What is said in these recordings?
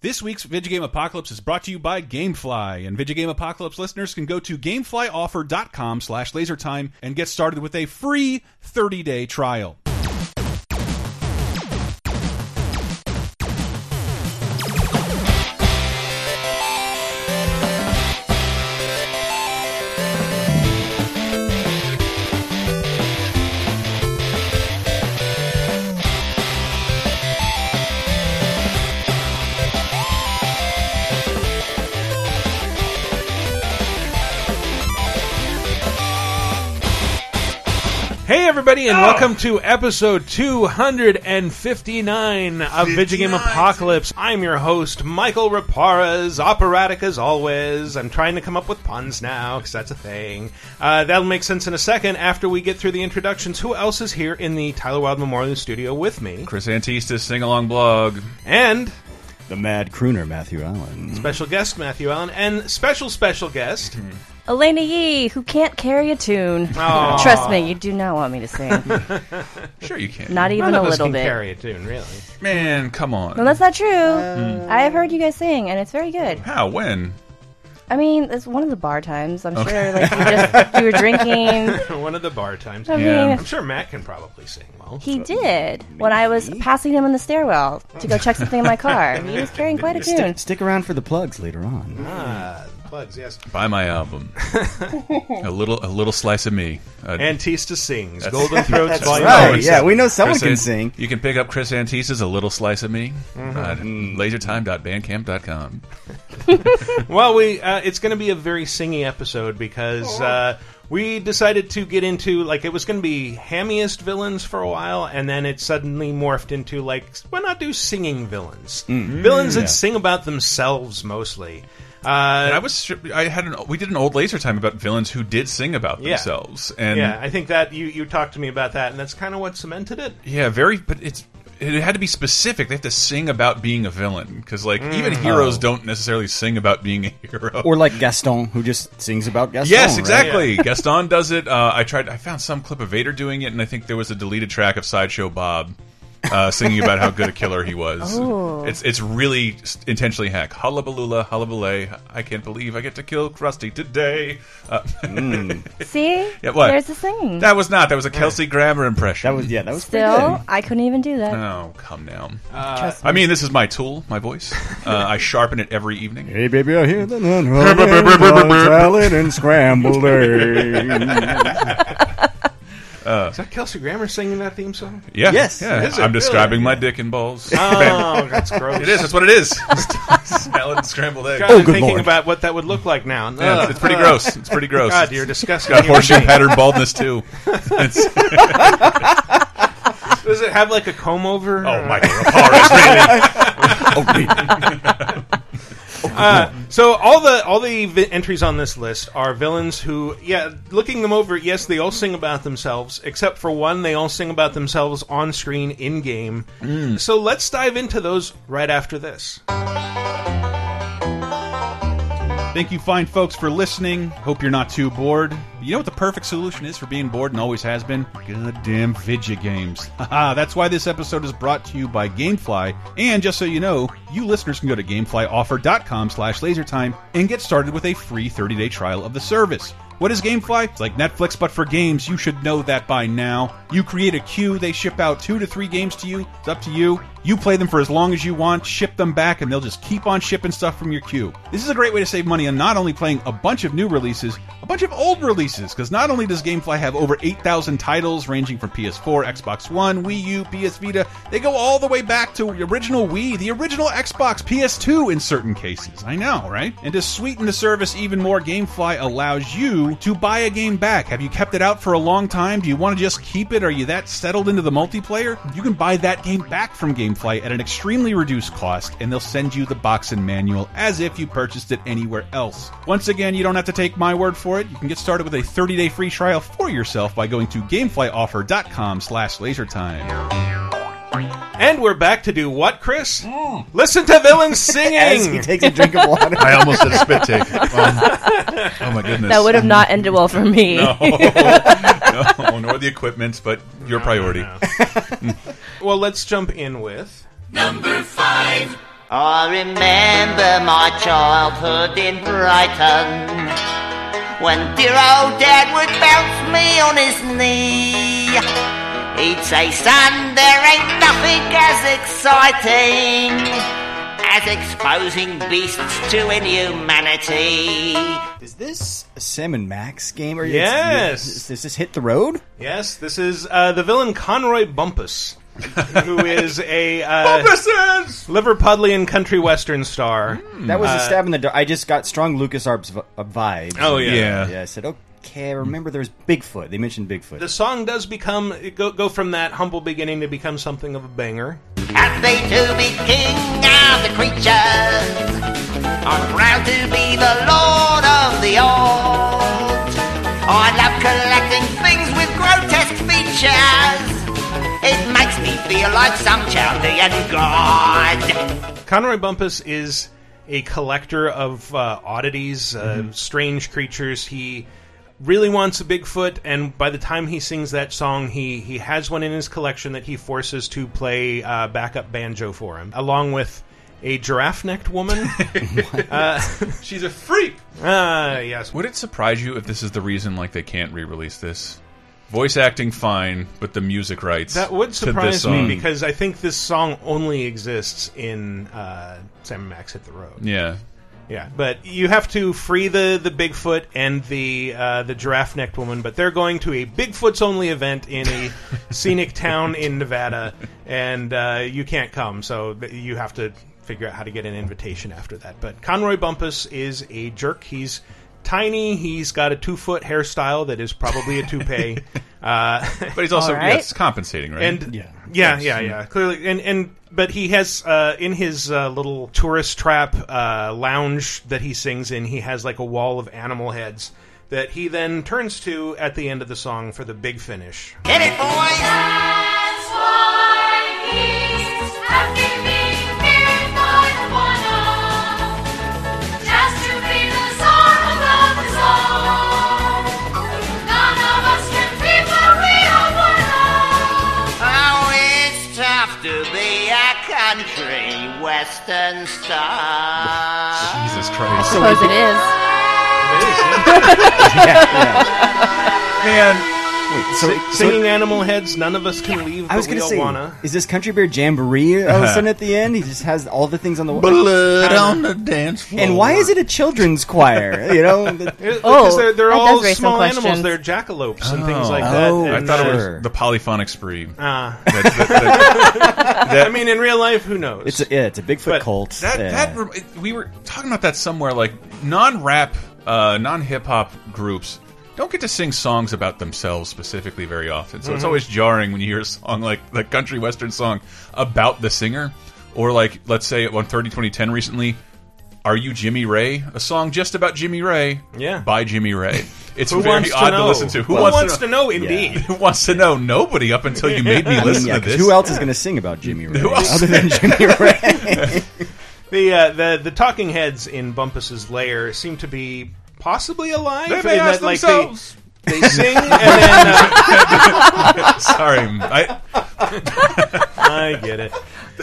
This week's Video Game Apocalypse is brought to you by GameFly, and Video Game Apocalypse listeners can go to gameflyoffer.com slash lasertime and get started with a free 30-day trial. Hey everybody, Oh. and welcome to episode 259 of Video Game Apocalypse. I'm your host, Michael Raparas, operatic as always. I'm trying to come up with puns now because that's a thing. Uh, that'll make sense in a second after we get through the introductions. Who else is here in the Tyler Wild Memorial Studio with me? Chris Antista's sing-along blog. And The mad crooner, Matthew Allen. special guest Matthew Allen, and special special guest. Hmm. Elena Yee, who can't carry a tune. Aw. Trust me, you do not want me to sing. Sure you can. Not even None a of us little can bit. carry a tune, really. Man, come on. No, that's not true. I have heard you guys sing, and it's very good. How? When? I mean, it's one of the bar times. I'm sure, like you just you were drinking. One of the bar times. I Yeah. mean, I'm sure Matt can probably sing well. he did when I was passing him in the stairwell to go check something in my car. He was carrying quite a tune. Stick, stick around for the plugs later on. Ah, plugs, yes. Buy my album. a little a little slice of me. Uh, Antista sings Golden Throats Volume right. One. yeah, we know someone can Ant- sing. Mm-hmm. You can pick up Chris Antista's A Little Slice of Me at Mm. lasertime.bandcamp.com. Well, we uh, it's going to be a very singy episode because uh, we decided to get into like it was going to be hammiest villains for a while, and then it suddenly morphed into like why not do singing villains? Villains that sing about themselves mostly. And I Uh, was stri- I had an we did an old laser time about villains who did sing about Yeah. themselves and yeah, I think that you you talked to me about that, and that's kind of what cemented it. yeah, very but it's it had to be specific. They have to sing about being a villain because like Mm. even heroes don't necessarily sing about being a hero. Oh. Or like Gaston, who just sings about Gaston. Yes, right? exactly. Gaston does it. Uh, I tried. I found some clip of Vader doing it, and I think there was a deleted track of Sideshow Bob uh, singing about how good a killer he was. Oh. It's it's really s- intentionally hack. Hullabaloola, hullabalay. I can't believe I get to kill Krusty today. Uh, Mm. See, Yeah, what? there's the singing. that was not. That was a Kelsey Grammer impression. That was yeah, that was pretty Still, good. I couldn't even do that. Oh, come now. Trust me. I mean, this is my tool, my voice. Uh, I sharpen it every evening. Hey baby, I hear the nun rolling, salad and scrambled eggs. Is that Kelsey Grammer singing that theme song? Yeah. Yes. Yeah. Is I'm it really? describing my dick and balls. Oh, that's gross. It is. That's what it is. Salad and scrambled eggs. God, I'm Oh, good thinking lord. about what that would look like now. Yeah, Ugh. it's, it's pretty gross. It's pretty gross. Uh, God, you're disgusting. got human horseshoe being. pattern baldness too. It's, Does it have like a comb over? oh, Michael Raparez, really? Oh, Ah. So all the all the vi- entries on this list are villains who, yeah, looking them over, yes, they all sing about themselves, except for one. They all sing about themselves on screen in game. So let's dive into those right after this. Thank you, fine folks, for listening. Hope you're not too bored. You know what the perfect solution is for being bored and always has been? Goddamn video games. Haha, That's why this episode is brought to you by GameFly. And just so you know, you listeners can go to GameFlyOffer.com slash lasertime and get started with a free 30-day trial of the service. What is GameFly? It's like Netflix, but for games. You should know that by now. You create a queue, they ship out two to three games to you. It's up to you. You play them for as long as you want, ship them back, and they'll just keep on shipping stuff from your queue. This is a great way to save money on not only playing a bunch of new releases, a bunch of old releases, because not only does GameFly have over 8,000 titles ranging from PS4, Xbox One, Wii U, PS Vita, they go all the way back to the original Wii, the original Xbox, PS2 in certain cases. I know, right? And to sweeten the service even more, GameFly allows you to buy a game back. Have you kept it out for a long time? Do you want to just keep it? Are you that settled into the multiplayer? You can buy that game back from GameFly at an extremely reduced cost, and they'll send you the box and manual as if you purchased it anywhere else. Once again, you don't have to take my word for it. You can get started with a 30-day free trial for yourself by going to gameflyoffer.com slash lasertime. And we're back to do what, Chris? Listen to villains As he singing. takes a drink of water. I almost did a spit take. oh my goodness. That would have not ended well for me. no, no, nor the equipment, but your priority. well, let's jump in with number five. I remember my childhood in Brighton when dear old dad would bounce me on his knee. He'd say, Son, there ain't nothing as exciting as exposing beasts to inhumanity. Is this a Sim and Max game? Or Yes. Does this, this hit the road? Yes, this is uh, the villain Conroy Bumpus, who is a uh, Liverpudlian country western star. That was a Mm. stab in the dark. I just got strong LucasArts v- uh, vibes. Oh Yeah. Yeah, I said, okay, I remember there's Bigfoot. They mentioned Bigfoot. The song does become it go go from that humble beginning to become something of a banger. And they do be king of the creatures. I'm proud to be the lord of the old. I love collecting things with grotesque features. It makes me feel like some Chaldean god. Conroy Bumpus is a collector of uh, oddities, uh, Mm-hmm. strange creatures. He really wants a Bigfoot, and by the time he sings that song, he he has one in his collection that he forces to play uh, backup banjo for him, along with. A giraffe-necked woman. She's a freak. Ah, yes. Would it surprise you if this is the reason like they can't re-release this? Voice acting fine, but the music rights That would surprise to this me song. because I think this song only exists in uh, Sam and Max Hit the Road. yeah. Yeah, but you have to free the the Bigfoot and the uh, the giraffe necked woman. But they're going to a Bigfoot's only event in a scenic town in Nevada, and uh, you can't come. So th- you have to figure out how to get an invitation after that. But Conroy Bumpus is a jerk. He's tiny. He's got a two foot hairstyle that is probably a toupee. uh, But he's also All right. yeah, it's compensating, right? and yeah, yeah, yeah, Clearly, and and but he has uh, in his uh, little tourist trap uh, lounge that he sings in. He has like a wall of animal heads that he then turns to at the end of the song for the big finish. Hit it, boys! That's why he's after being feared by the one all, just to be the czar above us all. None of us can be what we are one of. Oh, it's tough to be a country western star. Jesus Christ. suppose it is. Man, so, Singing animal heads, none of us can leave. I was going gonna to say, wanna. is this Country Bear Jamboree all of a sudden at the end? He just has all the things on the wall. blood on the dance floor. And why is it a children's choir? You know, the- Because they're, they're that all does raise some small animals. questions. They're jackalopes and things Oh. like that. Oh, I and, thought it Sure. was the polyphonic spree. uh, That- that- that- I mean, in real life, who knows? it's a, yeah, it's a Bigfoot But cult. that yeah. that rem- it- we were talking about that somewhere like non-rap uh, non-hip-hop groups don't get to sing songs about themselves specifically very often so Mm-hmm. it's always jarring when you hear a song like the country western song about the singer or like let's say on 30 2010 recently are you Jimmy Ray? A song just about Jimmy Ray, Yeah. by Jimmy Ray. It's who very wants to odd know? to listen to. Who, wants, to know? Indeed. Who wants to know? Nobody up until you made me I mean, listen yeah, to 'cause this. Who else is going to sing about Jimmy Ray Who else? other than Jimmy Ray? The, uh, the the talking heads in Bumpus's lair seem to be possibly alive. They in may ask that, like, they- themselves. They, sing and then uh, Sorry, I, I get it.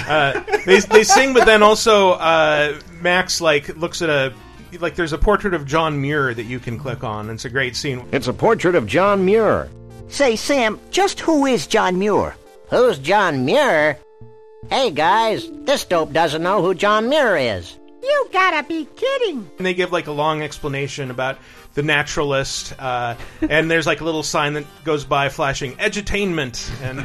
Uh, they they sing, but then also uh, Max like looks at a like there's a portrait of John Muir that you can click on. It's a great scene. It's a portrait of John Muir. Say, Sam, just who is John Muir? Who's John Muir? Hey, guys, this dope doesn't know who John Muir is. You gotta be kidding. And they give like a long explanation about the naturalist, uh, and there's like a little sign that goes by flashing edutainment, and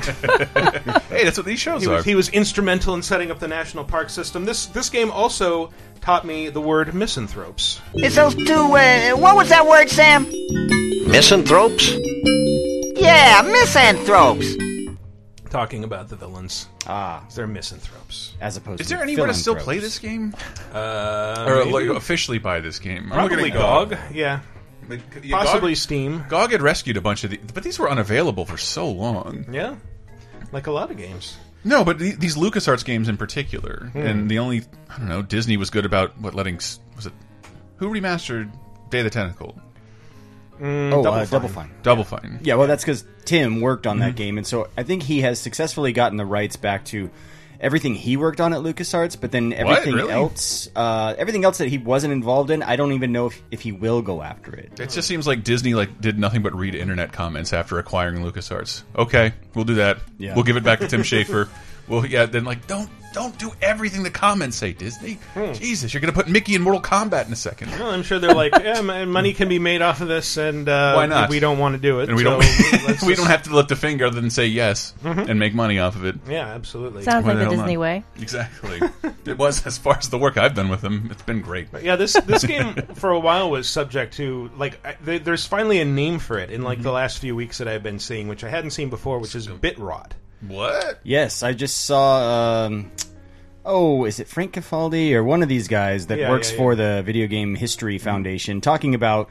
hey, that's what these shows He are. was, he was instrumental in setting up the national park system. This this game also taught me the word misanthropes. It's those two, uh, what was that word, Sam? Misanthropes? Yeah, misanthropes. Talking about the villains, ah, they're misanthropes. as opposed Is to there anywhere to still play this game? Uh, Or maybe? like, officially buy this game? I'm looking probably at GOG. Yeah, Like, yeah, GOG- possibly Steam. GOG had rescued a bunch of these, but these were unavailable for so long. Yeah, like a lot of games. No, but the, these LucasArts games in particular, Hmm. and the only I don't know, Disney was good about what letting s- was it who remastered Day of the Tentacle, Oh, Double uh, Fine. Double Fine. Double Mm-hmm. Fine. Yeah, well, that's because Tim worked on that game, and so I think he has successfully gotten the rights back to everything he worked on at LucasArts, but then everything Really? else, uh, everything else that he wasn't involved in, I don't even know if, if he will go after it. It just seems like Disney like did nothing but read internet comments after acquiring LucasArts. Okay, we'll do that. Yeah. We'll give it back to Tim Schafer. Well, yeah, then like don't don't do everything the comments say, Disney. Hmm. Jesus, you're gonna put Mickey in Mortal Kombat in a second. Well, I'm sure they're like, yeah, mon- money can be made off of this, and uh, Why not? We don't want to do it, And we so don't let's we just- Mm-hmm. don't have to lift a finger other than say yes and make money off of it. Yeah, absolutely. Sounds Why like the the hell Disney not? way. Exactly. it was as far as the work I've done with them. It's been great. Yeah, this this game for a while was subject to like I, there, there's finally a name for it in like Mm-hmm. the last few weeks that I've been seeing, which I hadn't seen before, which is bit rot. What? Yes, I just saw. Um, oh, is it Frank Cafaldi or one of these guys that Yeah, works yeah, Mm-hmm. for the Video Game History Foundation talking about?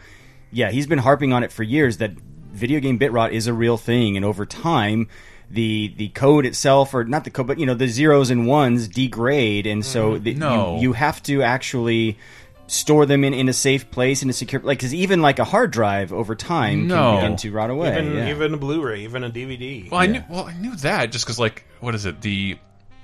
Yeah, he's been harping on it for years that video game bit rot is a real thing, and over time. The, the code itself, or not the code, but you know the zeros and ones degrade, and so Mm-hmm. the, No. you, you have to actually store them in, in a safe place in a secure like because even like a hard drive over time No. can begin to rot away. Even yeah. even a Blu-ray, even a DVD. Well, I knew. Well, I knew that just because, like, what is it? The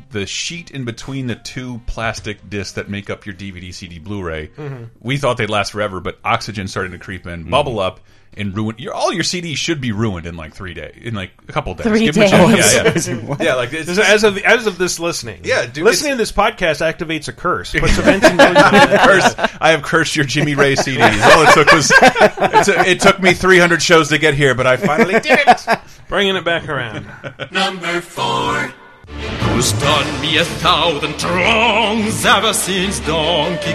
the sheet in between the two plastic discs that make up your DVD, CD, Blu-ray. Mm-hmm. We thought they'd last forever, but oxygen started to creep in, bubble up, and ruin your all your CDs should be ruined in like three days, in like a couple days. Three Give them a chance. days. Yeah, yeah. yeah, like it's, So as of as of this listening, Yeah, dude, listening it's- to this podcast activates a curse. Puts events in motion. curse, I have cursed your Jimmy Ray CDs. All it took was it, took- it took me 300 shows to get here, but I finally did it. bringing it back around. Number four. Who's done me a thousand wrongs ever since Donkey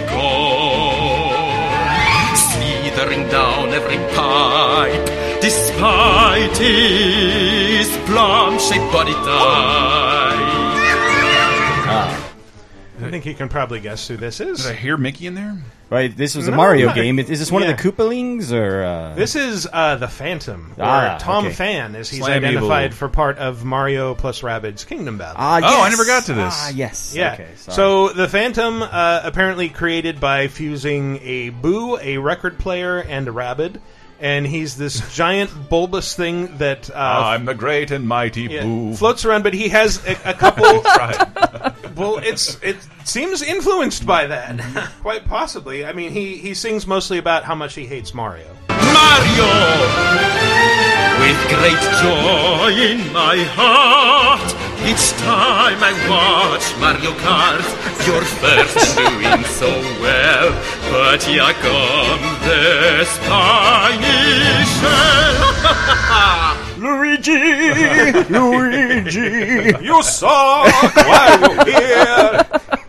Kong? Slithering down every pipe, despite his plum-shaped body type. I think you can probably guess who this is. Did I hear Mickey in there? Right, this was a No, Mario no, game. Is, is this one yeah. of the Koopalings or uh, This is uh, the Phantom, or Ah, Tom okay. Fan, as he's Slam identified evil. for part of Mario plus Rabbids Kingdom Battle. Ah, Oh, I yes. never got to this. Ah, yes. Yeah. Okay, sorry. so the Phantom uh, apparently created by fusing a Boo, a record player, and a Rabbit, and he's this giant bulbous thing that Ah, uh, I'm the great and mighty yeah, Boo. floats around. But he has a, a couple. Right. well, it's it seems influenced by that, Mm-hmm. quite possibly. I mean, he he sings mostly about how much he hates Mario. Mario! With great joy in my heart, each time I watch Mario Kart, you're first doing so well. But here comes the Spanish shell. Luigi, Luigi. You saw why you here.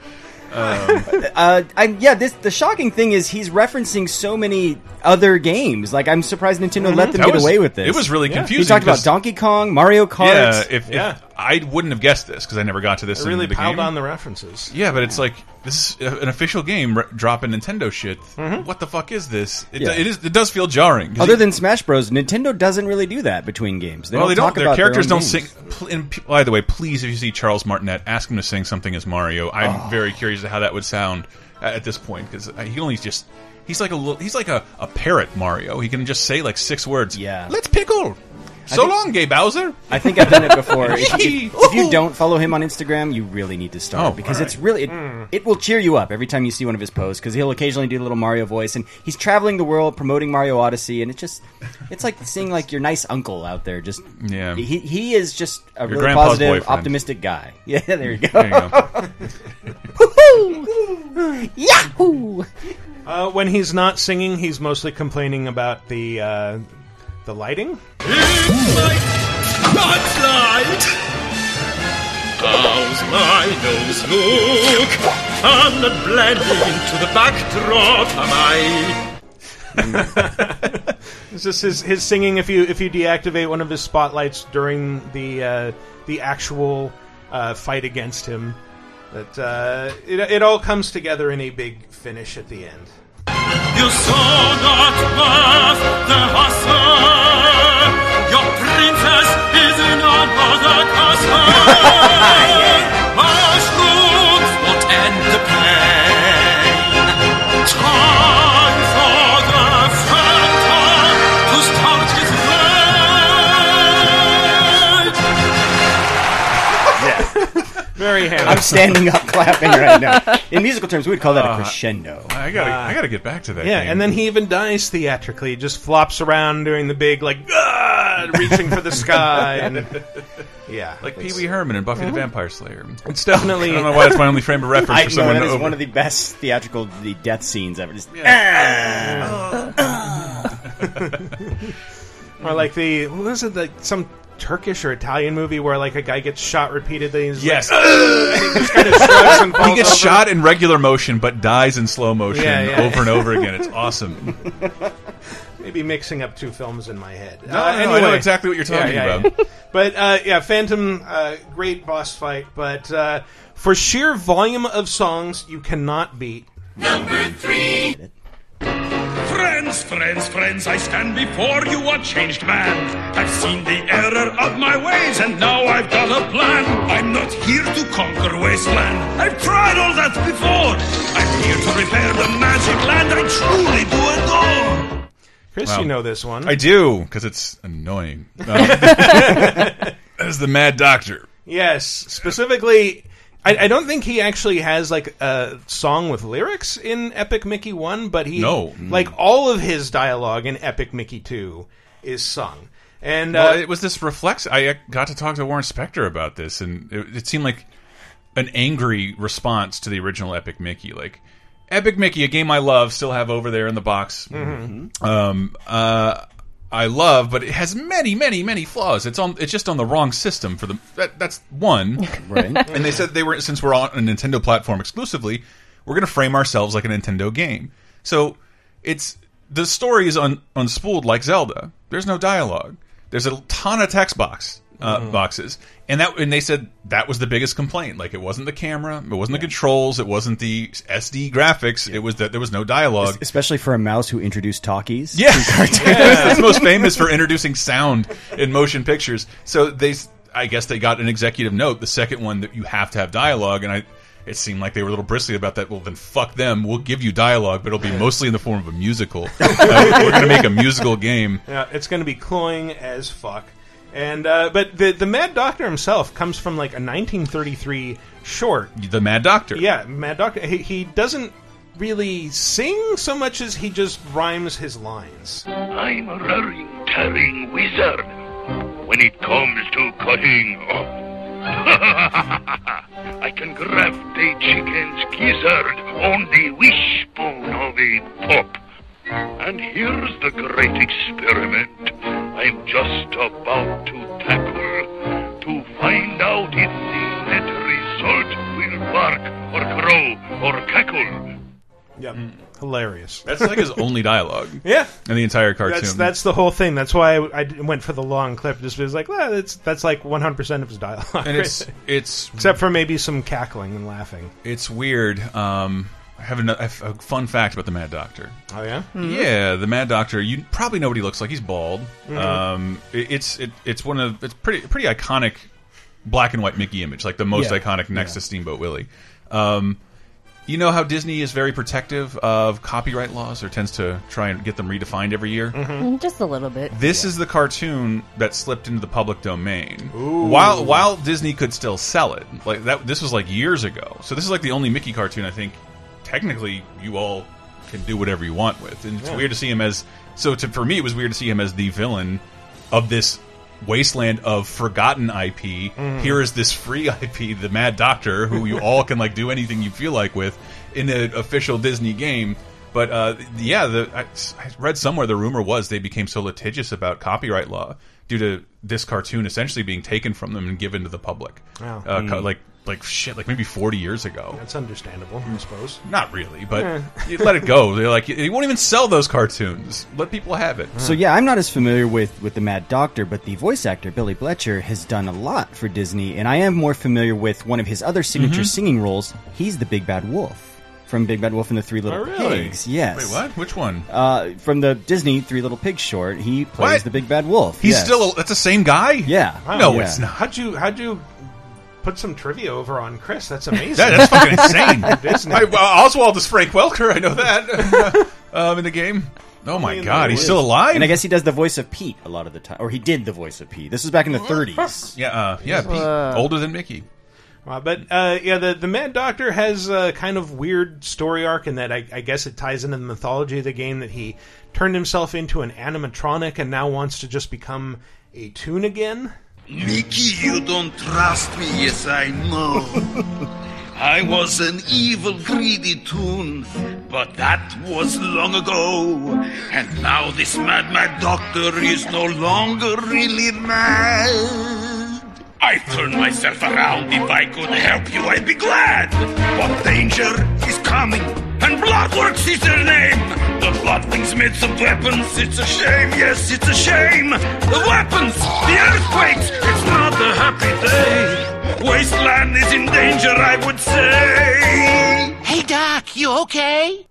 Uh, I, yeah, this the shocking thing is he's referencing so many other games. Like I'm surprised Nintendo let them Mm-hmm. That get was- away with this. It was really He confusing. talked about 'cause- Donkey Kong, Mario Kart. Yeah, if, if- Yeah. I wouldn't have guessed this because I never got to this. It in really the piled game. on the references. Yeah, but it's like this is an official game r- dropping Nintendo shit. Mm-hmm. What the fuck is this? It, Yeah. it is. It does feel jarring. 'cause Other you- than Smash Bros, Nintendo doesn't really do that between games. They well, they don't don't. talk Their about characters their own don't sing. games. pl- And p- by the way, please, if you see Charles Martinet, ask him to sing something as Mario. Oh. I'm very curious to how that would sound a- at this point because he only just. He's like a little, he's like a, a parrot Mario. He can just say like six words. Yeah. Let's pickle. So think- long, Gay Bowser. I think I've done it before. if, if- if you don't follow him on Instagram, you really need to start Oh, because all it's really it, it will cheer you up every time you see one of his posts because he'll occasionally do a little Mario voice and he's traveling the world promoting Mario Odyssey and it's just it's like seeing like your nice uncle out there just Yeah. he, he is just a really grandpa's positive boyfriend. optimistic guy yeah there you go There you go. yahoo Uh, when he's not singing, he's mostly complaining about the uh, the lighting. It's my spotlight. How's my nose look? I'm not blending into the backdrop, am I? It's just his, his singing. If you if you deactivate one of his spotlights during the uh, the actual uh, fight against him, that uh, it, it all comes together in a big finish at the end. You saw not worth the hustle. Your princess is not worth the tussle. Mushrooms won't end the pain. Time for the phantom to start his rage. Very Army hammer. I'm standing up clapping right now. In musical terms, we'd call that a Uh-huh. crescendo. I gotta, I gotta get back to that. Yeah, game. and then he even dies theatrically. He just flops around doing the big like "Ah," reaching for the sky and yeah, like Pee Wee Herman and Buffy the Vampire Slayer. It's definitely I don't know why that's my only frame of reference I for know someone that is over. one of the best theatrical the death scenes ever. Just, or like the what is it like some Turkish or Italian movie where like a guy gets shot repeatedly. And he's yes, like, kind of shrugs and he falls gets over. shot in regular motion but dies in slow motion Yeah, yeah. over and over again. It's awesome. Uh, Maybe mixing up two films in my head. Uh, No, no, no, I know exactly what you're talking about. but uh, yeah, Phantom, uh, great boss fight. But uh, for sheer volume of songs, you cannot beat. Friends, friends, friends, I stand before you a changed man. I've seen the error of my ways, and now I've got a plan. I'm not here to conquer wasteland. I've tried all that before. I'm here to repair the magic land I truly do adore. Chris, Wow. you know this one. I do because it's annoying. Um, As the Mad Doctor, yes, specifically. I, I don't think he actually has like a song with lyrics in Epic Mickey One, but he No. like all of his dialogue in Epic Mickey Two is sung. And uh, well, it was this reflex. I uh, got to talk to Warren Spector about this, and it, it seemed like an angry response to the original Epic Mickey. Like Epic Mickey, a game I love, still have over there in the box. Um, uh, I love, but it has many, many, many flaws. It's on. It's just on the wrong system for the. That, that's one. right. and they said they were since we're on a Nintendo platform exclusively, we're going to frame ourselves like a Nintendo game. So it's the story is un, unspooled like Zelda. There's no dialogue. There's a ton of text box uh, boxes, and that and they said that was the biggest complaint. Like it wasn't the camera, it wasn't the controls, it wasn't the SD graphics. It was that there was no dialogue. Especially for a mouse who introduced talkies. Yeah, Yeah. it's most famous for introducing sound in motion pictures. So they, I guess, they got an executive note, the second one that you have to have dialogue, and I. It seemed like they were a little bristly about that. Well, then fuck them. We'll give you dialogue, but it'll be mostly in the form of a musical. Uh, we're going to make a musical game. Yeah, it's going to be cloying as fuck. And uh, but the the Mad Doctor himself comes from like a 1933 short. The Mad Doctor. Yeah, Mad Doctor. He, he doesn't really sing so much as he just rhymes his lines. I'm a raring, tearing wizard when it comes to cutting up. I can graft a chicken's gizzard on the wishbone of a pop. And here's the great experiment I'm just about to tackle to find out if the net result will bark or crow or cackle. Yep, Mm. hilarious. That's like his only dialogue Yeah, in the entire cartoon. that's that's the whole thing. That's why I, I went for the long clip. Just because like, well, that's that's like 100 percent of his dialogue, and it's it's except for maybe some cackling and laughing. it's weird. Um, I have ano- I have a fun fact about the Mad Doctor. Oh yeah, Mm-hmm. Yeah, the Mad Doctor. You probably know what he looks like. He's bald. Um, it- it's it, it's one of it's pretty pretty iconic black and white Mickey image, like the most Yeah. iconic next to Steamboat Willie. Um, you know how Disney is very protective of copyright laws, or tends to try and get them redefined every year. Mm-hmm. Mm, Just a little bit. This is the cartoon that slipped into the public domain. While while Disney could still sell it, like that. This was like years ago. So this is like the only Mickey cartoon I think technically you all can do whatever you want with. And it's weird to see him as so. To, for me, it was weird to see him as the villain of this wasteland of forgotten IP. Here is this free IP, the Mad Doctor, who you all can like do anything you feel like with in an official Disney game. But uh, yeah, the, I, I read somewhere the rumor was they became so litigious about copyright law due to this cartoon essentially being taken from them and given to the public. Wow. Uh, co- Like like shit, like maybe forty years ago. that's understandable, I suppose. Not really, but you let it go. They're like, you won't even sell those cartoons. Let people have it. So yeah, I'm not as familiar with with the Mad Doctor, but the voice actor Billy Bletcher has done a lot for Disney, and I am more familiar with one of his other Mm-hmm. signature singing roles. He's the Big Bad Wolf from Big Bad Wolf and the Three Little Pigs. Yes. Oh, Wait, what? Which one? Uh, from the Disney Three Little Pigs short, he plays What? the Big Bad Wolf. He's Yes. still. A, that's the same guy. yeah. No, Yeah. it's not. How'd you how'd you put some trivia over on Chris? That's amazing. That, that's fucking insane. I, well, Oswald is Frank Welker. I know that. um, in the game. Oh my god, he's still alive. And I guess he does the voice of Pete a lot of the time, or he did the voice of Pete. This was back in the 30s. uh, Yeah, uh, yeah, Pete, older than Mickey. Wow, but uh, yeah, the the Mad Doctor has a kind of weird story arc in that I, I guess it ties into the mythology of the game that he turned himself into an animatronic and now wants to just become a tune again. Mickey, you don't trust me, yes, I know. I was an evil, greedy toon, but that was long ago. And now this mad, mad doctor is no longer really mad. I turn myself around. If I could help you, I'd be glad. But danger is coming, and Bloodworks is their name. The Bloodwings made some weapons. It's a shame, yes, it's a shame. The weapons, the earthquakes, it's not a happy day. Wasteland is in danger, I would say. Hey, Doc, you okay?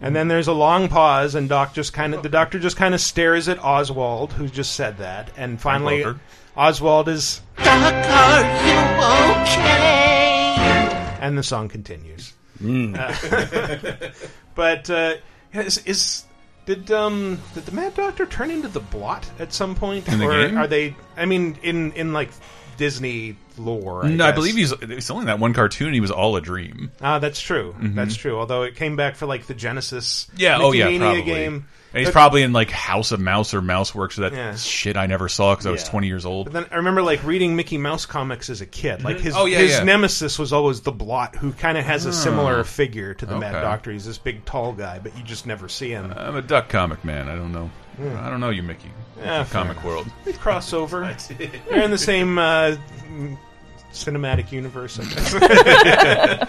And then there's a long pause, and Doc just kind of the Doctor just kind of stares at Oswald, who just said that, and finally Wilbur. Oswald is, Doc, are you okay? and the song continues. Mm. Uh, but uh, is, is did um did the Mad Doctor turn into the Blot at some point, In the or game? are they? I mean, in in like Disney lore, No, I, Mm, uh, I guess. believe he's it's only that one cartoon. He was all a dream. Ah, that's true. That's true. Although it came back for like the Genesis, Mm-hmm. Yeah. Oh yeah. Mickey Mania Probably. game. And he's But- probably in like House of Mouse or MouseWorks or that Yeah. shit I never saw because I was Yeah. 20 years old. But then I remember like reading Mickey Mouse comics as a kid. Like his Oh, yeah, his yeah. Ah. nemesis was always the Blot, who kind of has a similar figure to the Okay. Uh. Mad Doctor. He's this big tall guy, but you just never see him. I'm a duck comic man. I don't know. I don't know you, Mickey. Yeah, fair comic world. They cross over. They're in the same uh, mm, cinematic universe. I guess.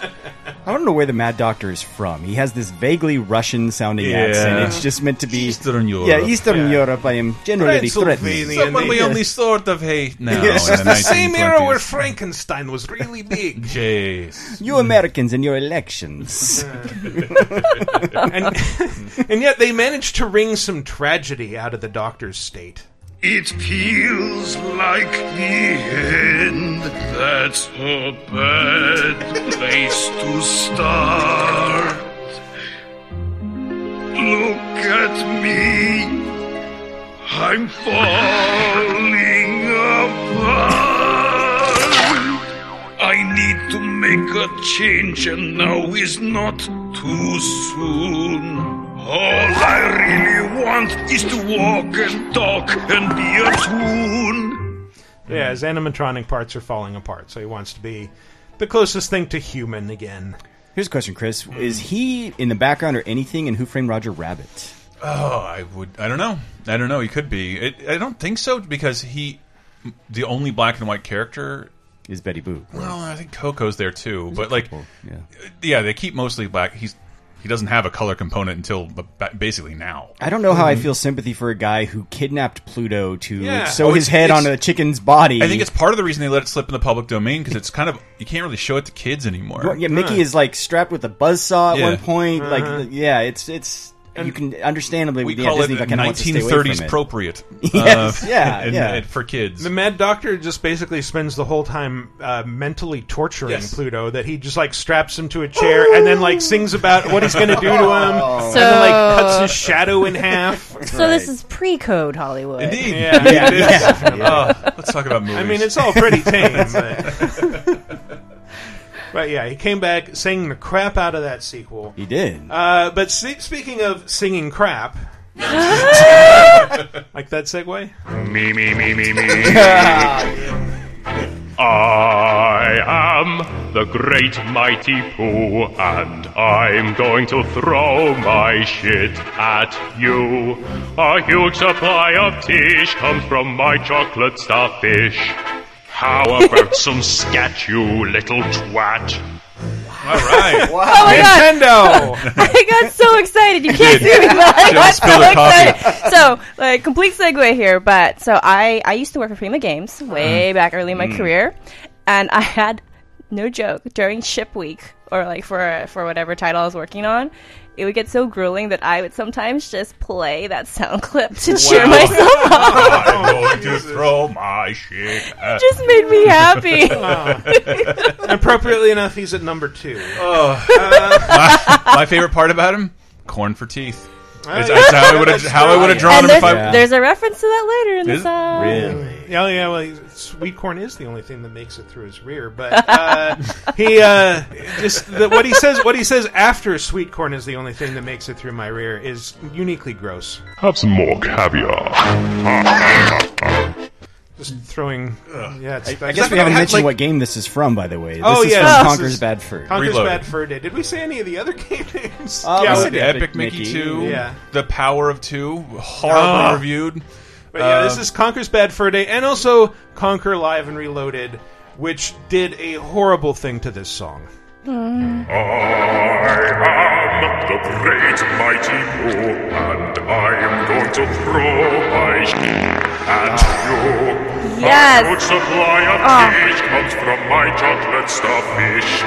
I don't know where the Mad Doctor is from. He has this vaguely Russian sounding Yeah. accent. It's just meant to be Eastern Europe. Yeah, Eastern Yeah. Europe. I am generally threatened. Pennsylvania. Someone we Yeah. only sort of hate now. Yes, in the, the same era 1920s. where Frankenstein was really big. Jeez. You Americans and your elections. and, and yet they managed to wring some tragedy out of the Doctor's state. It feels like the end. That's a bad place to start. Look at me. I'm falling apart. I need to make a change, and now is not too soon. All I really want is to walk and talk and be a tune. Yeah, his animatronic parts are falling apart, so he wants to be the closest thing to human again. Here's a question, Chris. Is he in the background or anything in Who Framed Roger Rabbit? Oh, I would. I don't know. I don't know. He could be. It, I don't think so because he, the only black and white character. Is Betty Boop? Well, I think Coco's there too, but like, Yeah. yeah, they keep mostly black. He's he doesn't have a color component until b- ba- basically now. I don't know how I Mm-hmm. feel sympathy for a guy who kidnapped Pluto to Yeah. sew Oh, his it's- head it's- on a chicken's body. I think it's part of the reason they let it slip in the public domain because it's kind of you can't really show it to kids anymore. Well, yeah, Mickey is like strapped with a buzzsaw at Yeah. Uh-huh. one point. Like, yeah, it's it's you can understandably we with the call Disney it I kind of want to stay away from 1930s it. appropriate. uh, Yes, yeah, and- yeah. and for kids. The Mad Doctor just basically spends the whole time uh, mentally torturing Yes. Pluto. That he just like straps him to a chair and then like sings about what he's going to do to him, and then like cuts his shadow in half. So this is pre-code Hollywood. Indeed. Yeah, It is. Oh, let's talk about movies. I mean, it's all pretty tame. But... but yeah, he came back singing the crap out of that sequel. he did. Uh, but se- speaking of singing crap, like that segue. Me, me, me, me, me. I am the great mighty Pooh, and I'm going to throw my shit at you. A huge supply of tish comes from my chocolate starfish. How about some scat, you little twat? all right. Oh my god! Nintendo. I got so excited. You can't see me, but I got Just spilled so her coffee. excited. So, like, complete segue here, but so I I used to work for Prima Mm. Games way back early in my career, and I had no joke during ship week or like for for whatever title I was working on. It would get so grueling that I would sometimes just play that sound clip to cheer myself up. I'm going to throw my shit. At Just made me happy. Appropriately enough, he's at number two. my favorite part about him: corn for teeth. That's, that's how I would have how I would have drawn and him if there's, I. there's a reference to that later in the Is it? song. Yeah, oh, yeah. Well, he's- sweet corn is the only thing that makes it through his rear, but uh, he uh, just the, what he says. What he says after sweet corn is the only thing that makes it through my rear is uniquely gross. Have some more caviar. Just throwing. Yeah, it's, I guess we haven't mentioned what game this is from, by the way. This Oh, is yeah, from this Conker's is- Bad Fur. Conker's Reloaded. Bad Fur Day. Did we say any of the other game names? Uh, Yeah, we with said Epic, Mickey, Ah. 2, Yeah. The Power of 2, horribly Oh. reviewed. But yeah, this Uh, is Conker's Bad Fur Day, and also Conker Live and Reloaded, which did a horrible thing to this song. I am the great mighty Moo, and I am going to throw my sh- at you. Yes. A good supply of Ah. fish comes from my chocolate starfish.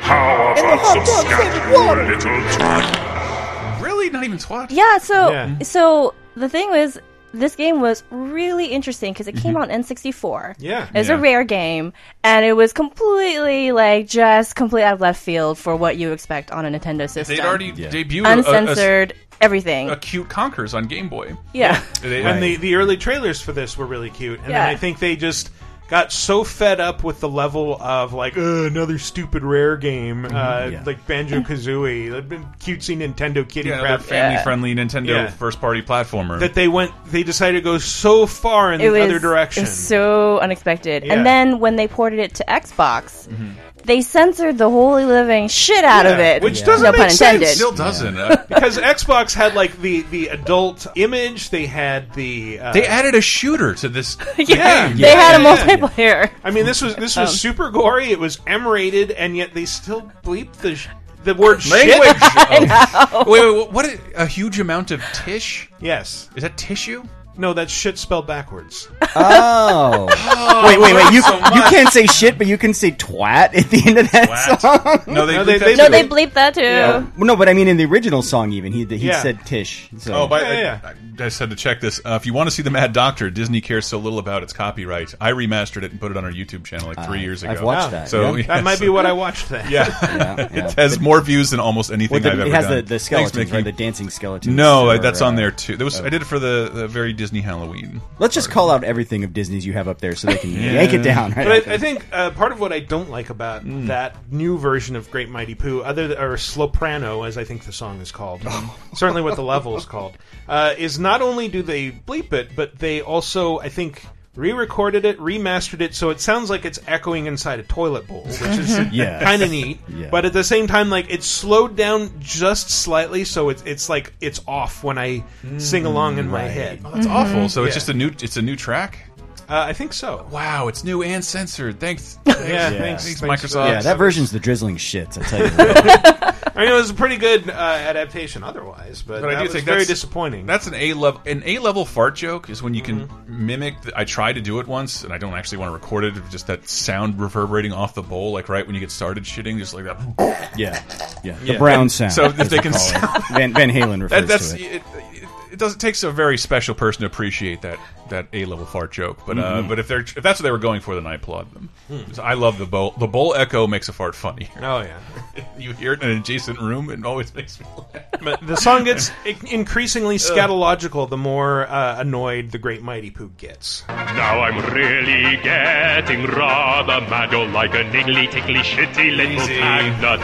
How about some scat, you little twat? Really? Not even twat? Yeah, so Yeah. so the thing was this game was really interesting because it came out on N64. Mm-hmm. Yeah. It was Yeah. a rare game and it was completely like just completely out of left field for what you expect on a Nintendo system. They'd already debuted a- a, uncensored everything. a, cute Conkers on Game Boy. yeah. They- And the, the early trailers for this were really cute. And Yeah. then I think they just got so fed up with the level of, like, "Ugh, another stupid rare game, uh, Mm-hmm. like Banjo Kazooie, like, cutesy Nintendo kitty yeah, crap. another family-friendly Nintendo Yeah. first-party platformer. That they went, they decided to go so far in It the was other direction. it was so unexpected. Yeah. And then when they ported it to Xbox, Mm-hmm. they censored the holy living shit out of Yeah, it. which doesn't no make pun sense. intended. Still doesn't. Uh, because Xbox had like the the adult image, they had the uh, they added a shooter to this. yeah, game. they had a yeah, multiplayer. I mean, this was this was Um. super gory. It was M rated, and yet they still bleep the sh- the word Language. shit. Oh. Wait, wait, what? is- A huge amount of tish? Yes, Is that tissue? Mm. no, that's shit spelled backwards. Oh. wait, wait, wait. You, you can't say shit, but you can say twat at the end of that Twat. song. No, they. No, they- bleeped they that No, they too. bleeped that too. Well, no, but I mean in the original song, even he he Yeah. said Tish. So. Oh, by, Yeah, yeah. I, I just had to check this. Uh, if you want to see the Mad Doctor, Disney cares so little about its copyright. I remastered it and put it on our YouTube channel like three years ago. I've watched Wow. that. So yeah. yeah, That might be so- what I watched then. Yeah, Yeah. it has more views than almost Well, anything the- I've ever it has done. the, the Thanks, skeletons, Mickey. right? The dancing skeletons. No, or, that's uh, on there too. There was I did it for the, the very Disney Halloween. Let's just call out everything of Disney's you have up there so they can yank it down. Right? But I, I think uh, part of what I don't like about that new version of Great Mighty Pooh, other th- or Sloprano, as I think the song is called, certainly what the level is called, uh, is not only do they bleep it, but they also, I think, re-recorded it, remastered it, so it sounds like it's echoing inside a toilet bowl, which is Yes. kind of neat. Yeah. But at the same time, like it's slowed down just slightly, so it's it's like it's off when I sing along in my head. Uh, That's Mm-hmm. awful. So it's Yeah. just a new it's a new track. I think so. Wow, it's new and censored. Thanks, Yeah, thanks, thanks, thanks, thanks for Microsoft. yeah, that version's the drizzling shits. I tell you. I mean, it was a pretty good uh, adaptation otherwise, but, But I that do was think very that's- disappointing. That's an A level. An A level fart joke is when you can Mm-hmm. mimic. The, I tried to do it once, and I don't actually want to record it. Just that sound reverberating off the bowl, like right when you get started shitting, just like that. yeah, yeah. The brown sound. So if as they can call it. Van, Van Halen refers that that's to it. it. It, it does. It takes a very special person to appreciate that that A level fart joke. But Mm-hmm. uh, but if they're if that's what they were going for, then I applaud them. Hmm. So I love the bowl. The bowl echo makes a fart funny. Oh yeah, you hear it in an adjacent room, and it always makes me laugh. but the song gets i- increasingly scatological the more uh, annoyed the Great Mighty Pooh gets. Now I'm really getting rather mad. You're like an niggly, tickly, shitty little Easy. fag nut.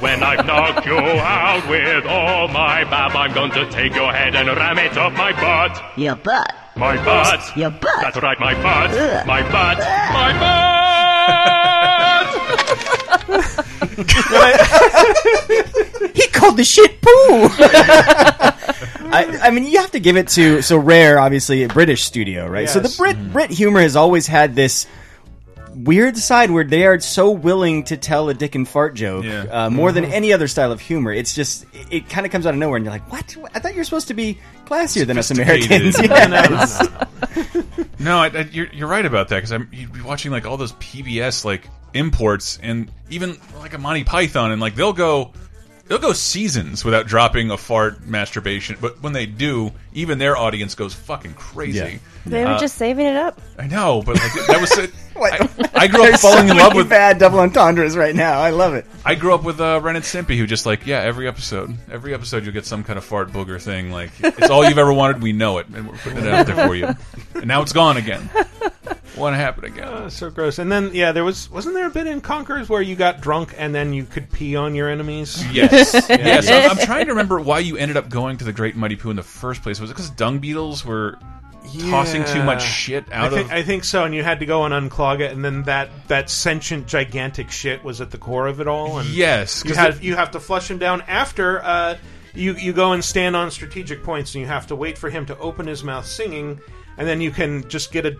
When I've knocked you out with all my bab, I'm going to take your head and ram it up my butt. Your butt. My butt. Your butt. That's right, my butt. Ugh. My butt. My butt. He called the shit poo. I, I mean, you have to give it to so rare. Obviously, a British studio, right? So the Yes. Brit Mm-hmm. Brit humor has always had this weird side where they are so willing to tell a dick and fart joke Yeah. Mm-hmm. uh, more than any other style of humor. It's just it, kind of comes out of nowhere, and you're like, "What? I thought you were supposed to be classier than us Americans." Sophisticated. Yeah. No, I, I, you're, you're right about that because I'm you'd be watching like all those PBS like imports and even like a Monty Python and like they'll go they'll go seasons without dropping a fart masturbation, but when they do, even their audience goes fucking crazy. They were just saving it up. I know, but like that was it. I, I grew up falling in love with. bad double entendres right now. I love it. I grew up with uh, Ren and Stimpy, who just like yeah, every episode, every episode you get some kind of fart booger thing. Like it's all you've ever wanted. We know it, and we're putting it out there for you. And now it's gone again. What happened again? so gross. And then yeah, there was wasn't there a bit in Conquerors where you got drunk and then you could pee on your enemies? Yes, yes. I'm, I'm trying to remember why you ended up going to the Great Muddy Poo in the first place. Was it because dung beetles were tossing too Yeah. much shit I out think, of? I think so, and you had to go and unclog it, and then that, that sentient gigantic shit was at the core of it all. And Yes, you 'cause have you have to flush him down after uh, you you go and stand on strategic points, and you have to wait for him to open his mouth singing, and then you can just get a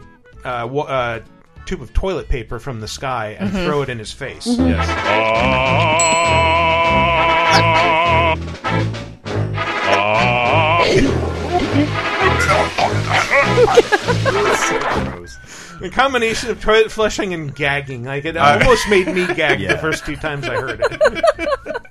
uh, wa- uh, tube of toilet paper from the sky and throw it in his face. Yes. The combination of toilet flushing and gagging, like it almost made me gag the first two times I heard it.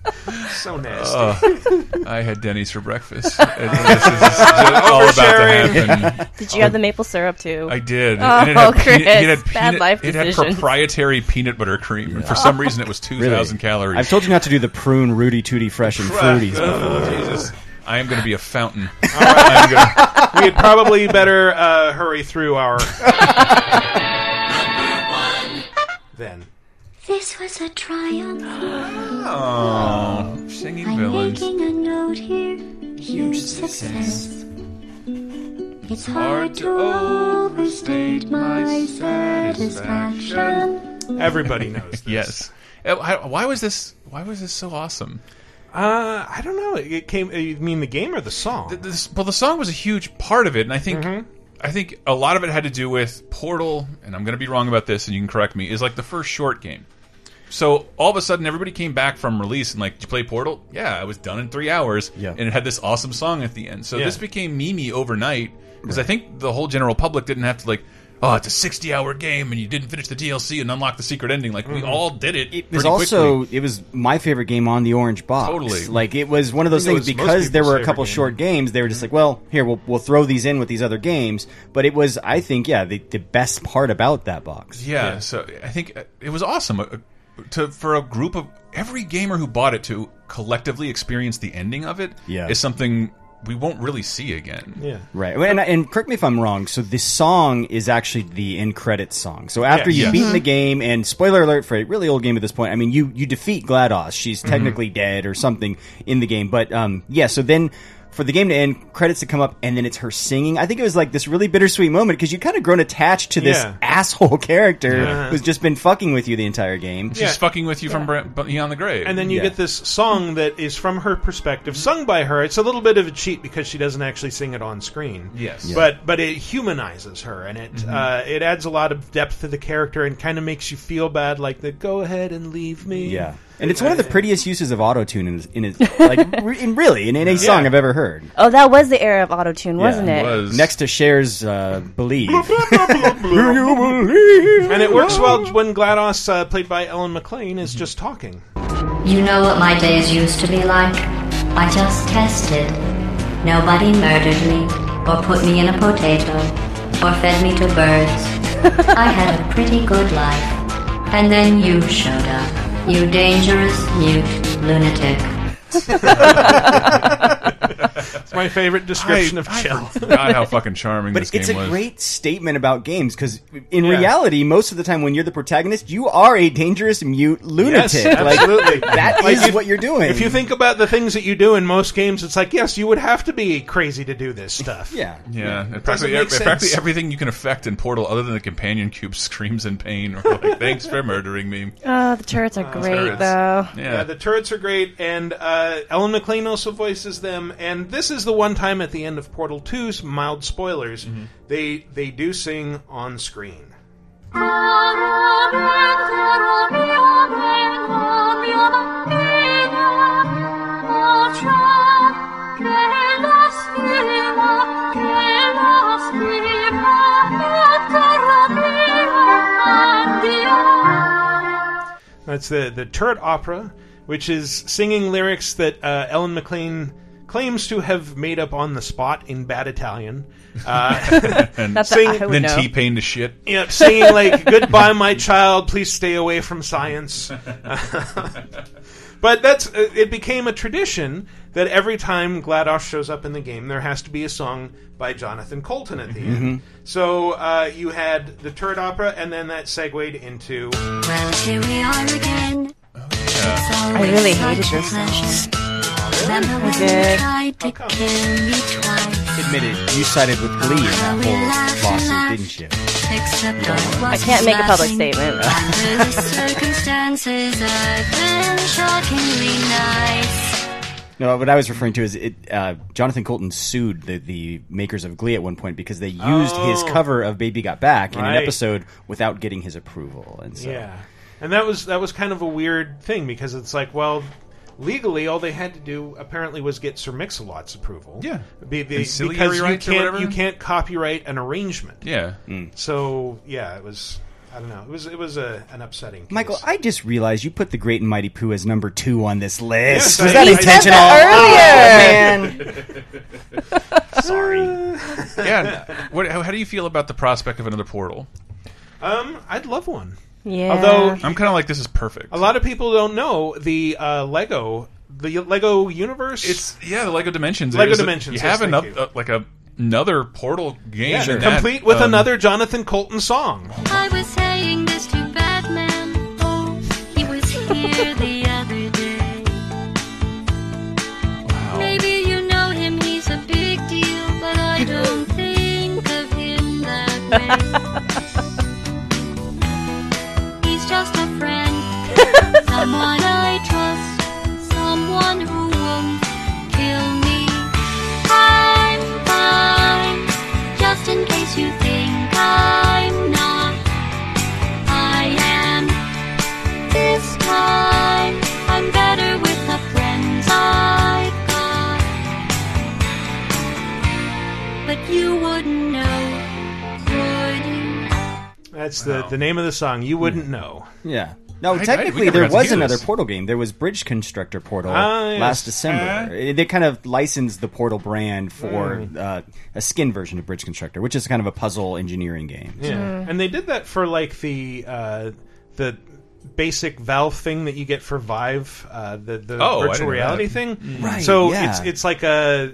so nasty. I had Denny's for breakfast. And this is just all about to Oversharing. happen. Did you have the maple syrup too? I did. Oh, and it had Chris, peanut- it had bad peanut- life It had decisions. proprietary peanut butter cream. And for some reason, it was 2,000 calories. I've told you not to do the prune, rooty, tooty, fresh, and fruities. Oh, Jesus. I am going to be a fountain. I'm gonna- we had probably better uh, hurry through our. then. This was a triumph. oh, singing I'm villains. making a note here. Huge success. It's hard to overstate my satisfaction. Everybody knows this. Yes. Uh, I- Why was this? Why was this so awesome? Uh, I don't know. It came. uh, You mean the game or the song? This, well, the song was a huge part of it, and I think I think a lot of it had to do with Portal. And I'm going to be wrong about this, and you can correct me. Is like the first short game. So all of a sudden, everybody came back from release and like, "Did you play Portal?" Yeah, I was done in three hours. Yeah. and it had this awesome song at the end. So Yeah. this became meme overnight because I think the whole general public didn't have to like. Oh, it's a sixty-hour game, and you didn't finish the DLC and unlock the secret ending. Like we all did it. It was pretty also quickly. it was my favorite game on the orange box. Totally. like it was one of those I think things it was most because there people's were a couple short favorite game. Mm-hmm. games. They were just like, well, here we'll we'll throw these in with these other games. But it was, I think, yeah, the, the best part about that box. Yeah, so I think uh, it was awesome uh, to for a group of every gamer who bought it to collectively experience the ending of it. Yeah. is something we won't really see again. yeah. Right, and, and correct me if I'm wrong. So the song is actually the end credits song. So after Yes. you've Yes. beaten the game, and spoiler alert for a really old game at this point, I mean, you you defeat GLaDOS. She's technically dead or something in the game, but um, yeah. So then for the game to end, credits to come up, and then it's her singing. I think it was like this really bittersweet moment because you'd kind of grown attached to this Yeah. asshole character Yeah. who's just been fucking with you the entire game. She's Yeah. fucking with you from from beyond the grave, And then you Yeah. get this song that is from her perspective, sung by her. It's a little bit of a cheat because she doesn't actually sing it on screen. Yes. Yeah. but but it humanizes her and Mm-hmm. it uh, it adds a lot of depth to the character and kind of makes you feel bad, like the go ahead and leave me. Yeah. And it's one of the prettiest uses of auto tune in, in it, like re- in really in any song I've ever heard. oh, that was the era of auto tune, wasn't Yeah, it? was Next to Cher's uh, "Believe." and it works well when GLaDOS, uh, played by Ellen McLean, Mm-hmm. is just talking. You know what my days used to be like? I just tested. Nobody murdered me, or put me in a potato, or fed me to birds. I had a pretty good life. And then you showed up. You dangerous, mute lunatic. It's my favorite description of Chill. God, how fucking charming this But game it's a was. great statement about games because, in reality, most of the time when you're the protagonist, you are a dangerous mute lunatic. absolutely. Like, that is what you're doing. If you think about the things that you do in most games, it's like, yes, you would have to be crazy to do this stuff. yeah, yeah, and practically, make ev- practically sense. everything you can affect in Portal, other than the companion cube screams in pain or like, "Thanks for murdering me." Oh, the turrets are great turrets. though. Yeah, Yeah, Uh, the turrets are great, and uh, Ellen McLean also voices them. And this is the one time at the end of Portal 2's mild spoilers, they they do sing on screen. That's the the turret opera. which is singing lyrics that uh, Ellen McLean claims to have made up on the spot in bad Italian. Uh, That's Sing- a, I would Then know. T Pain to shit. yep, singing like "Goodbye, my child, please stay away from science." but that's it became a tradition that every time GLaDOS shows up in the game, there has to be a song by Jonathan Colton at the Mm-hmm. end. So uh, you had the turret opera, and then that segued into. Well, here we are again. I really hated this song. Remember when did. you tried to come? kill me twice? Admitted, you sided with Glee in that whole lawsuit, didn't you? Except I I was can't make a public statement. Under the circumstances, I've been shockingly nice. No, what I was referring to is it, uh, Jonathan Colton sued the, the makers of Glee at one point because they used his Oh. cover of Baby Got Back in Right. an episode without getting his approval, and so Yeah, and that was that was kind of a weird thing because it's like, well, legally, all they had to do apparently was get Sir Mix-a-Lot's approval. Yeah. Be- be- because Ancillary you rights or can't whatever? you can't copyright an arrangement. Yeah. So yeah, it was I don't know, it was it was a, an upsetting. Case. Michael, I just realized you put the Great and Mighty Pooh as number two on this list. Yes, was I- that I- Oh, that intentional? Oh, man. Sorry. Yeah. what, how, how do you feel about the prospect of another portal? um, I'd love one. Yeah. Although I'm kind of like this is perfect. a lot of people don't know the uh, Lego the Lego universe. It's yeah, the Lego Dimensions. Lego There's a- Dimensions, You yes, have thank enough you. uh, like a, another portal game, yeah, in that, complete with um, another Jonathan Colton song. I was saying this to Batman. Oh, he was here the other day. Maybe you know him, he's a big deal, but I don't think of him that way. he's just a friend, someone I trust, someone who won't kill me. I'm fine, just in case you think I'm not. I am this time. I'm better with the friends I've got. But you wouldn't know, would you? That's the the name of the song. You wouldn't know. Yeah. No, I- I- we technically, never there got to was hear another this. Portal game. There was Bridge Constructor Portal Ah, yes. last December. It- they kind of licensed the Portal brand for Mm. uh, a skin version of Bridge Constructor, which is kind of a puzzle engineering game. Yeah, and they did that for like the uh, the basic Valve thing that you get for Vive, uh, the the Oh, I didn't virtual know reality that. thing. Right, So yeah. it's it's like a.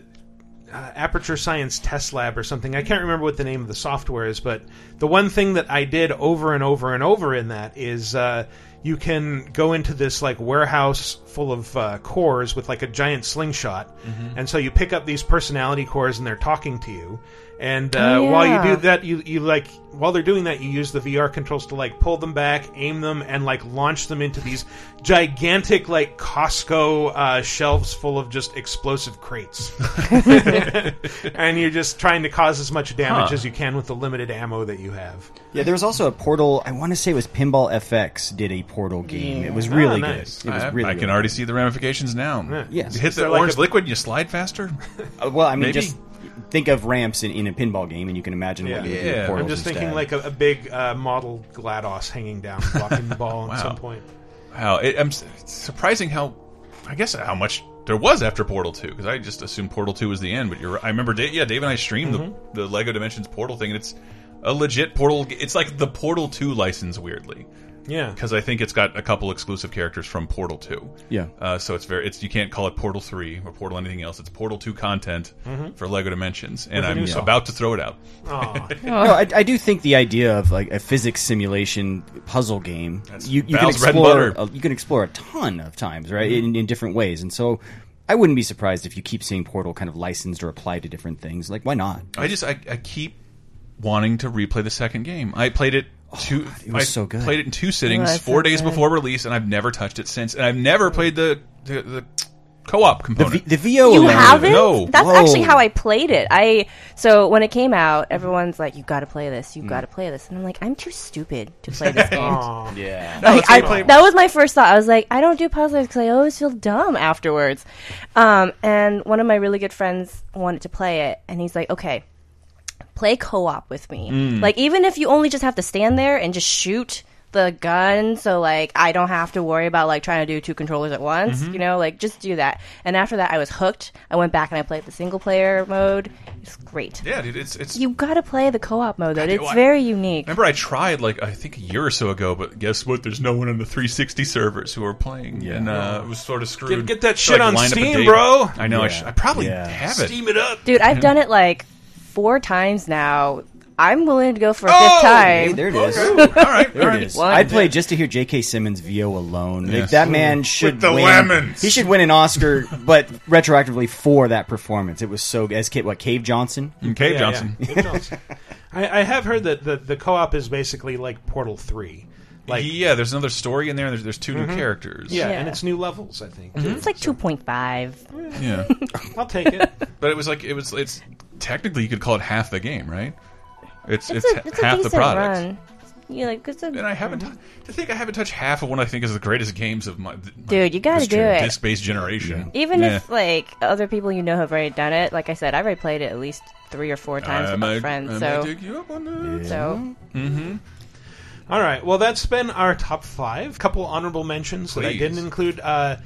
Uh, Aperture Science Test Lab or something. I can't remember what the name of the software is, but the one thing that I did over and over and over in that is uh, you can go into this like warehouse full of uh, cores with like a giant slingshot, and so you pick up these personality cores and they're talking to you. And uh, Oh, while you yeah. do that you you like while they're doing that you use the VR controls to like pull them back, aim them, and like launch them into these gigantic like Costco uh, shelves full of just explosive crates, and you're just trying to cause as much damage Huh. as you can with the limited ammo that you have. Yeah, there was also a Portal. I want to say it was Pinball FX did a Portal game. It was really Mm. Ah, nice. good. It was I, really. I can really already see the ramifications now. Yes. You hit the there like orange a- liquid and you slide faster? good. Uh, well, I mean, Maybe. just think of ramps in, in a pinball game, and you can imagine Yeah. what you would do Yeah, with I'm portals I'm just instead. thinking like a, a big uh, model Glados hanging down, blocking the ball Wow. at some point. How it, I'm s- it's surprising how I guess how much there was after Portal Two because I just assumed Portal Two was the end. But you're I remember Da- yeah Dave and I streamed Mm-hmm. the, the Lego Dimensions Portal thing and it's a legit Portal. g- It's like the Portal Two license weirdly Yeah, because I think it's got a couple exclusive characters from Portal Two. Yeah. Uh, so it's very it's you can't call it Portal Three or Portal anything else. It's Portal Two content for Mm-hmm. Lego Dimensions, and I'm new song. about to throw it out. Aw. No, I, I do think the idea of like a physics simulation puzzle game you, you can Val's bread and explore butter. Mm-hmm. a, you can explore a ton of times right in, in different ways, and so I wouldn't be surprised if you keep seeing Portal kind of licensed or applied to different things. Like, why not? I just I, I keep wanting to replay the second game. I played it two. Oh, it was I so good. Played it in two sittings, Oh, four that's so days good. before release, and I've never touched it since. And I've never played the the, the co-op The, v, component. the VO You alone- haven't? No. That's Whoa. actually how I played it. I so when it came out, everyone's like, "You got to play this. You got to play this," and I'm like, "I'm too stupid to play this game." Aw. Yeah, Like, I- that was my first thought. I was like, I don't do puzzles because I always feel dumb afterwards. Um, and one of my really good friends wanted to play it, and he's like, okay, Mm. play co op with me. Like, even if you only just have to stand there and just shoot the gun so like I don't have to worry about like trying to do two controllers at once, Mm-hmm. you know, like just do that. And after that I was hooked. I went back and I played the single player mode. It's great. Yeah, dude, it's it's. You got to play the co-op mode though. do It's I- very unique. Remember, I tried like I think a year or so ago, but guess what? There's no one on the 360 servers who are playing, and uh, it was sort of screwed. Get- get that So, shit like, on line up a Steam, date. bro. I know. I, sh- I probably Yeah. have it. Steam it up. Dude, Mm-hmm. I've done it like 4 times now. I'm willing to go for a Oh! fifth time. Hey, there it is. Ooh, all right, all There right. it is. One. I'd play just to hear J.K. Simmons' VO alone. Like, Yes. That man should the win. lemons. He should win an Oscar, but retroactively for that performance. It was so good. As Kate, what Cave Johnson? Cave Yeah, Johnson. yeah. Dave Johnson. I, I have heard that the, the co-op is basically like Portal Three. Like Mm-hmm. yeah, yeah, there's another story in there. and There's there's 2 new characters. and Yeah. Mm-hmm. it's new levels. I think It's like 2.5. yeah. I'll take it. but it was like it was. It's technically you could call it half the game, right? It's it's, It's, ha- a, it's a half the decent product. run. Mm-hmm. You like it's a And I haven't tou- to think I haven't touched half of what I think is the greatest games of my, th- my Dude, you gotta this do gen- it. disc-based generation. Even Yeah. if like other people you know have already done it, like I said, I've already played it at least three or four times I with might- my friends. I might so, dig you up on that. so All right. Well, that's been our top five. Couple honorable mentions that I Please. didn't include. Uh,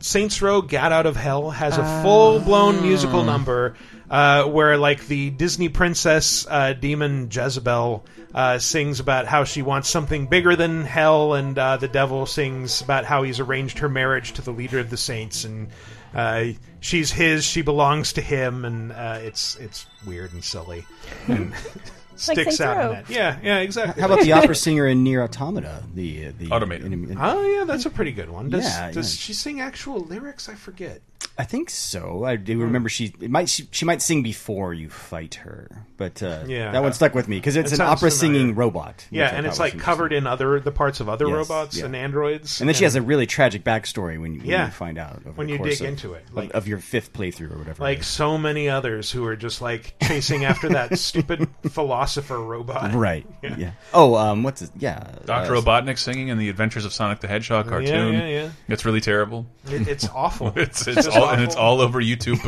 Saints Row: Got Out of Hell has Ah. a full blown musical number uh, where, like, the Disney princess uh, demon Jezebel uh, sings about how she wants something bigger than hell, and uh, the devil sings about how he's arranged her marriage to the leader of the saints, and uh, she's his, she belongs to him, and uh, it's it's weird and silly, and sticks Saints out Row. in that. Yeah, yeah, exactly. How about the opera singer in Near Automata? The uh, the Automator. in- in- Oh yeah, that's a pretty good one. Does, Yeah, does yeah. she sing actual lyrics? I forget. I think so. I Hmm. do remember she it might she, she might sing before you fight her, but uh, Yeah. that one stuck with me because it's It an sounds opera familiar. singing robot. Yeah, which I and thought it's was like covered interesting. in other the parts of other Yes, robots yeah. and androids. And then she has a really tragic backstory when you, when Yeah. you find out over When the you course dig of- into it, of- like- of, your fifth playthrough or whatever. it like is. so many others who are just like chasing after that stupid philosopher robot. right? Yeah. Oh, um, what's it? Yeah, Dr. Robotnik singing in the Adventures of Sonic the Hedgehog cartoon. yeah, yeah. It's really terrible. It, it's awful. It's, it's just all and it's all over YouTube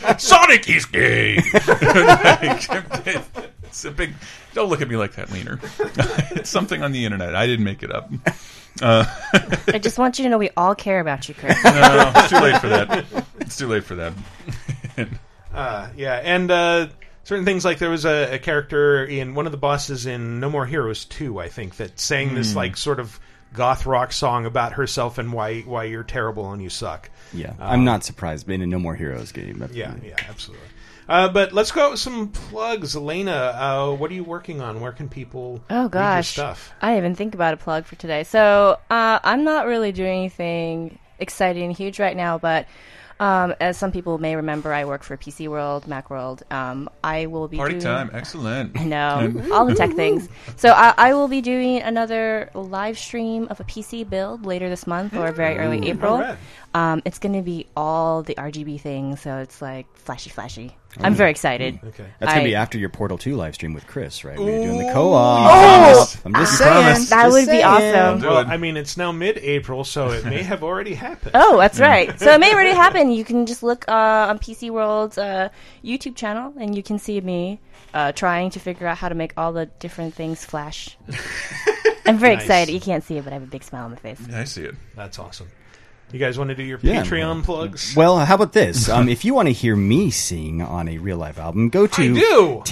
poop. Sonic is gay. it's a big. Don't look at me like that, Leaner. it's something on the internet. I didn't make it up. I just want you to know we all care about you, Oh, Chris. No, it's too late for that. It's too late for that. Uh, yeah, and uh, certain things like there was a, a character in one of the bosses in No More Heroes two, I think, that sang this Hmm. like sort of goth rock song about herself and why why you're terrible and you suck. Yeah, I'm not surprised. But in a No More Heroes game, Uh, Yeah, yeah, absolutely. Uh, but let's go out with some plugs. Elena, uh, what are you working on? Where can people read Oh your gosh, stuff? I didn't even think about a plug for today. So uh, I'm not really doing anything exciting and huge right now, but um, as some people may remember, I work for PC World, MacWorld. Um, I will be Party doing- time, excellent. No, all the tech things. So I, I will be doing another live stream of a PC build later this month or very early April. alright. Um, it's going to be all the RGB things, so it's like flashy, flashy. I'm very excited. Okay. Mm. That's gonna I- be after your Portal Two live stream with Chris, right? We're doing the co-op. I'm just saying. That Just would be saying. awesome. Well, I mean, it's now mid-April, so it may have already happened. Oh, that's right. So it may already happen. You can just look uh, on PC World's uh, YouTube channel, and you can see me uh, trying to figure out how to make all the different things flash. I'm very excited. You can't see it, but I have a big smile on my face. I see it. That's awesome. You guys want to do your Yeah, Patreon well, plugs? Well, how about this? Um, if you want to hear me sing on a real live album, go I to do.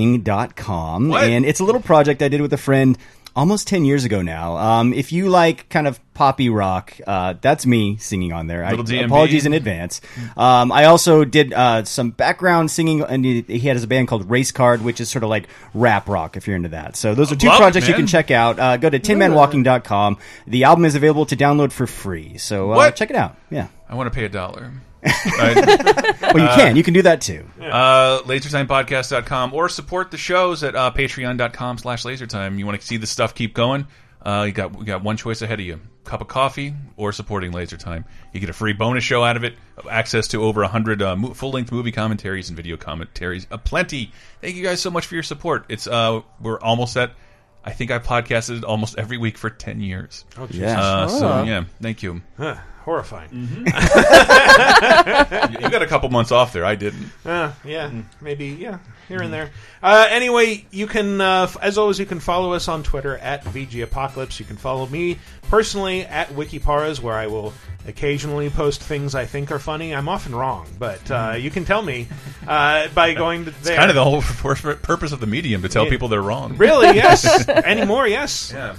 tinmanwalking.com. What? And it's a little project I did with a friend almost 10 years ago now. Um, if you like kind of poppy rock, uh, that's me singing on there. I, Little DMB. apologies in advance. Um, I also did uh, some background singing, and he he had his band called Race Card, which is sort of like rap rock if you're into that. So those are two Love it, projects you man. can check out. Uh, go to tinmanwalking.com. The album is available to download for free. So uh, What? check it out. Yeah. I want to pay a dollar. I- Well, you can. You can do that too. uh, lasertimepodcast.com or support the shows at uh, patreon.com slash lasertime. You want to see this stuff keep going? Uh, you got you got one choice ahead of you: cup of coffee or supporting Laser Time. You get a free bonus show out of it, access to over hundred uh, mo- full length movie commentaries and video commentaries, a plenty. Thank you guys so much for your support. It's uh, we're almost at. I think I podcasted almost every week for ten years. Yeah. Uh, so yeah, thank you. Horrifying. You got a couple months off there. I didn't. Uh, yeah, Mm. maybe, yeah, here and there. Uh, anyway, you can, uh, f- as always, you can follow us on Twitter at VG Apocalypse. You can follow me personally at Wikiparas, where I will occasionally post things I think are funny. I'm often wrong, but uh, you can tell me uh, by going to there. Kind of Mm. the whole purpose of the medium to tell people they're wrong. Really, yes. Anymore, yes. Yeah.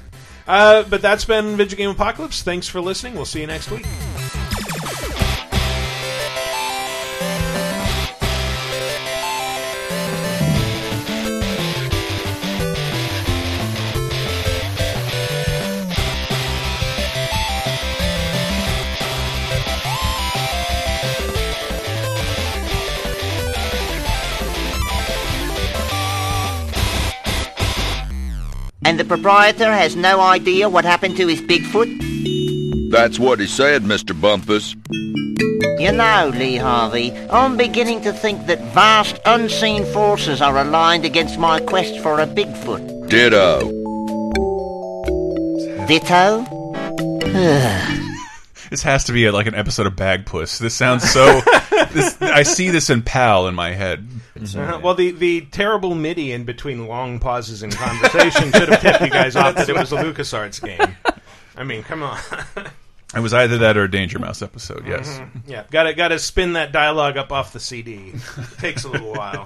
Uh, but that's been Video Game Apocalypse. Thanks for listening. We'll see you next week. And the proprietor has no idea what happened to his Bigfoot? That's what he said, Mr. Bumpus. You know, Lee Harvey, I'm beginning to think that vast unseen forces are aligned against my quest for a Bigfoot. Ditto. Ditto? This has to be uh, like an episode of Bagpuss. This sounds so. this, I see this in Pal in my head. Uh, well, the, the terrible MIDI in between long pauses in conversation should have tipped you guys off that it was a LucasArts game. I mean, come on. It was either that or a Danger Mouse episode. Yes. yeah, gotta, gotta spin that dialogue up off the CD. Takes a little while.